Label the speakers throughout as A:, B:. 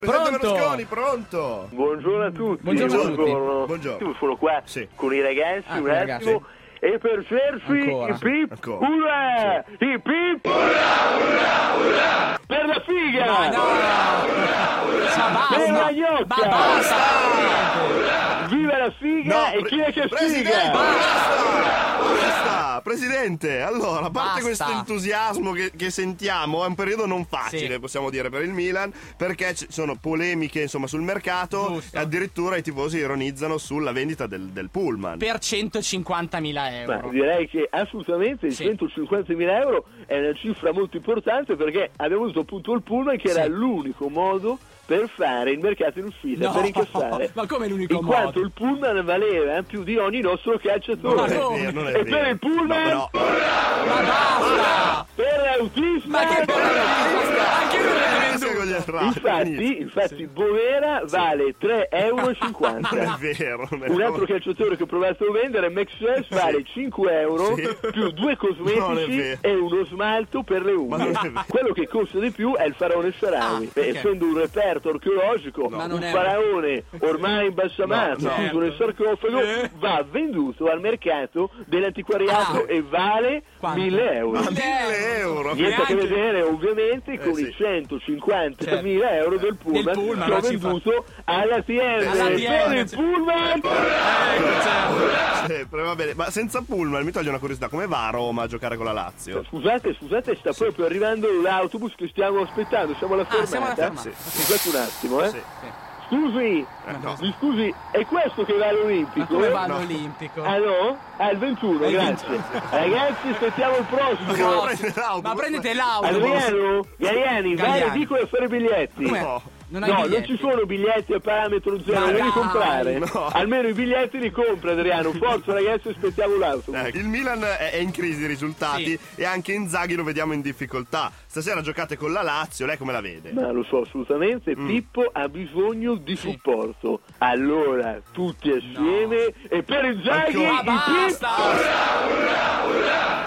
A: Presidente
B: Pronto?
A: Berlusconi, pronto?
C: Buongiorno a tutti.
B: Buongiorno a tutti.
A: Buongiorno.
C: Io sono qua
A: Sì.
C: con i ragazzi
B: Ah,
C: un
B: con i ragazzi.
C: attimo. E per cerci
B: Ancora.
C: i pip,
A: Ancora.
C: urra! I pip, urra, urra, urra! Per la figa! Per la gnocca! Viva la figa Eh, e
A: pre-
C: chi è che
A: Presidente,
C: sfiga!
A: basta! Basta! Presidente, allora, a parte
B: Basta.
A: questo entusiasmo che, che sentiamo, è un periodo non facile,
B: Sì.
A: possiamo dire, per il Milan, perché ci sono polemiche, insomma, sul mercato
B: Giusto.
A: e addirittura i tifosi ironizzano sulla vendita del, del pullman.
B: per 150.000
C: Ma
B: euro.
C: direi che assolutamente
B: Sì.
C: 150.000 euro è una cifra molto importante perché abbiamo avuto appunto il pullman che
B: Sì.
C: era l'unico modo per fare il mercato in uscita,
B: No,
C: per incassare.
B: ma come l'unico
C: in
B: modo?
C: quanto il pullman valeva eh, più di ogni nostro
B: Ma
C: calciatore.
B: no.
A: non
C: E per il pullman?
A: No, però,
B: Ma basta!
C: Per l'autista! eh,
B: Ma che bello! Anche lui
A: esca
B: l'aveva venduto.
A: con gli errati,
C: Infatti,
A: finito.
C: infatti Bovera vale 3,50
A: Non è vero, non è
C: Un altro
A: vero.
C: calciatore che ho provato a vendere, Maxwell, vale 5 euro
A: Sì.
C: più
A: Non è
C: due
A: vero.
C: cosmetici e uno smalto per le
A: non è
C: unghie.
A: vero.
C: Quello che costa di più è il faraone Sarawi.
B: Ah,
C: Beh,
B: ok.
C: Essendo un reperto archeologico,
B: Ma non
C: un
B: è-
C: faraone ormai imbalsamato,
A: No, no.
C: chiuso nel sarcofago,
B: Eh.
C: va venduto al mercato dell'antiquariato
B: Ah.
C: e vale
B: Quanto?
C: 1000 euro.
A: Ma 1000 euro!
C: Niente a che
B: Neanche.
C: vedere ovviamente con
A: sì.
C: i 150.000
B: Certo.
C: euro del
B: Del
C: pullman,
B: pullman,
C: che ho
B: non si fa.
C: venduto alla TN.
B: Alla Eh, TN,
C: Per il
B: sì.
C: pullman
B: Ecco, certo.
A: Sempre, va bene, ma senza pullman mi toglie una curiosità, come va a Roma a giocare con la Lazio?
C: Eh, Scusate, scusate, sta proprio arrivando l'autobus che stiamo aspettando, siamo alla fermata.
B: Ah, siamo alla fermata.
C: Scusate un attimo, eh.
A: Sì.
C: Scusi,
A: Eh, no.
C: mi scusi, è questo che va all'Olimpico?
B: Ma come va
C: No.
B: all'Olimpico?
C: Ah no? Ah, il 21,
B: il
C: grazie.
B: 21.
C: Ragazzi, aspettiamo il prossimo.
A: No, prende l'autobus.
B: Ma prendete l'autobus!
C: Adriano, Gaiani, vai
B: Gaiani.
C: alle edicole a fare i biglietti.
B: Come?
A: No.
B: Non hai
C: No, non
B: biglietti.
C: ci sono biglietti a parametro zero,
B: Ma
C: non
B: dai,
C: li comprare.
A: no.
C: Almeno i biglietti li compra Adriano. Forza ragazzi, aspettiamo l'autobus.
A: Ecco, Il Milan è è in crisi di risultati e anche Inzaghi lo vediamo in difficoltà. Stasera giocate con la Lazio, lei come la vede?
C: Ma lo so assolutamente, Pippo ha bisogno di
B: Mm. Sì.
C: supporto. Allora, tutti assieme e per il Zaghi,
A: Ancora.
B: Ma
C: i Pip-
B: Ah,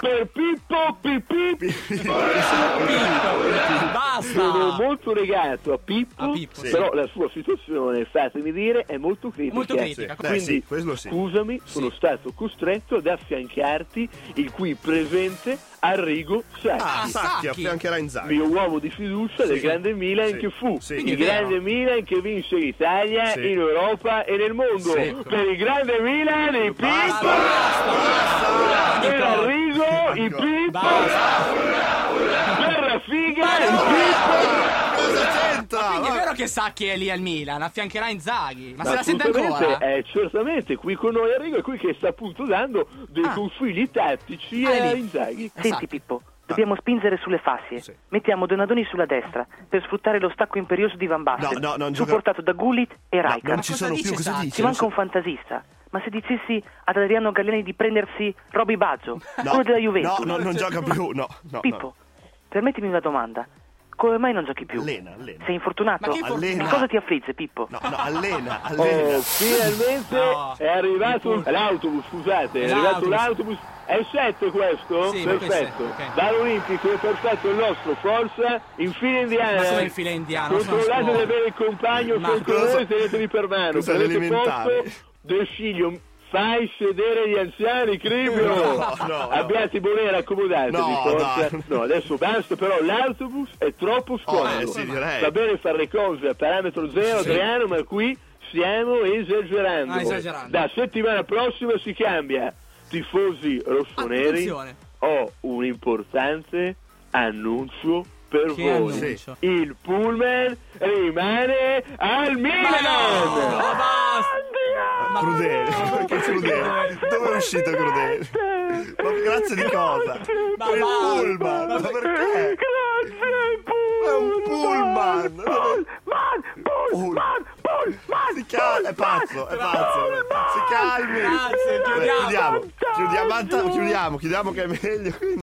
B: basta!
C: per Pippo, Pipip.
B: Pippo!
C: Sono
B: Basta!
C: molto legato a Pippo,
B: A Pippo, sì.
C: però la sua situazione, fatemi dire, è molto critica.
B: Molto critica,
A: Beh,
C: Quindi,
A: sì, quello sì.
C: scusami, sono stato costretto ad affiancarti il cui presente Arrigo Sacchi.
A: Ah, Sacchi
B: Sacchi.
A: affiancherà Inzaghi.
C: mio uomo di fiducia del grande Milan
A: Sì.
C: che fu
A: Sì.
B: Quindi è
C: il
B: vero.
C: grande Milan che vinse l'Italia
A: Sì.
C: in Europa e nel mondo
B: Sì.
C: per il grande Milan i
B: Basta!
C: Pip
B: Basta!
C: per
B: Nicola,
C: Arrigo i Pip
B: Basta!
C: per la figa
B: Ma no!
C: i Pip
A: Ah, Cosa c'entra?
B: Quindi è
A: Ma-
B: vero che Sacchi è lì al Milan, affiancherà Inzaghi, ma se la sente
C: Assolutamente,
B: ancora?
C: eh, certamente qui con noi Arrigo è qui che sta appunto dando dei
B: Ah.
C: consigli tattici
B: Ah, è
C: a
B: lì.
C: Inzaghi
B: Esatto.
D: Senti Pippo, dobbiamo spingere sulle fasce.
A: Ah. Sì.
D: Mettiamo Donadoni sulla destra per sfruttare lo stacco imperioso di Van Basten,
A: No, no, non gioca-
D: supportato da Gullit e
A: No,
D: Rijkaard.
A: non
B: Ma
A: ci
B: cosa
A: sono
B: dice
A: più, cosa
B: Sacchi?
A: dici?
D: Ci manca un fantasista. Ma se dicessi ad Adriano Galliani di prendersi Roby Baggio,
A: No,
D: quello della Juventus.
A: No, no, non gioca più, no, no.
D: Pippo, permettimi una domanda. Come mai non giochi più?
A: Allena, allena.
D: Sei infortunato?
B: Ma che
A: Allena.
D: Cosa ti affligge, Pippo?
A: No, no, allena, allena.
D: Eh.
C: Oh, finalmente
B: No.
C: è arrivato l'autobus, scusate, è arrivato l'autobus. È il 7 questo?
B: Sì, ma questo è il
C: perfetto.
B: sette, ok.
C: Dall'Olimpico è perfetto il nostro, forza, in fila indiana.
B: Ma eh, come in fila indiana? Sono a
C: Controllate di
B: scuola.
C: avere il compagno
B: Ma-
C: sul
A: Cosa-
C: colore e tenetevi per mano.
A: cosa
C: Prendete
A: elementare.
C: posto del figlio. Fai sedere gli anziani, Cribio!
A: No, no, no.
C: Abbiate volere, accomodatevi,
A: No,
C: forza.
A: dai.
C: No, adesso basta, però l'autobus è troppo scomodo.
A: eh, sì, direi.
C: Va bene fare le cose a parametro zero, Adriano, ma qui stiamo esagerando.
B: Ah, esagerando.
C: Da settimana prossima si cambia. Tifosi rossoneri,
B: Attenzione.
C: ho un importante annuncio per
B: Che
C: voi.
B: annuncio?
C: Il pullman rimane al
B: Ma
C: Milan!
B: no! Ma basta! Ma-
A: Crudele, perché Crudele? Dove è uscito Crudele? Ma grazie di cosa?
B: Ma
A: Per il
B: va,
A: pullman, ma perché? È
D: Grazie,
A: un pullman! Pullman, Si calma, è pazzo, è pazzo. Si calmi.
B: Grazie,
A: Beh,
B: chiudiamo.
A: Chiudiamo, chiudiamo, chiudiamo, chiudiamo che è meglio.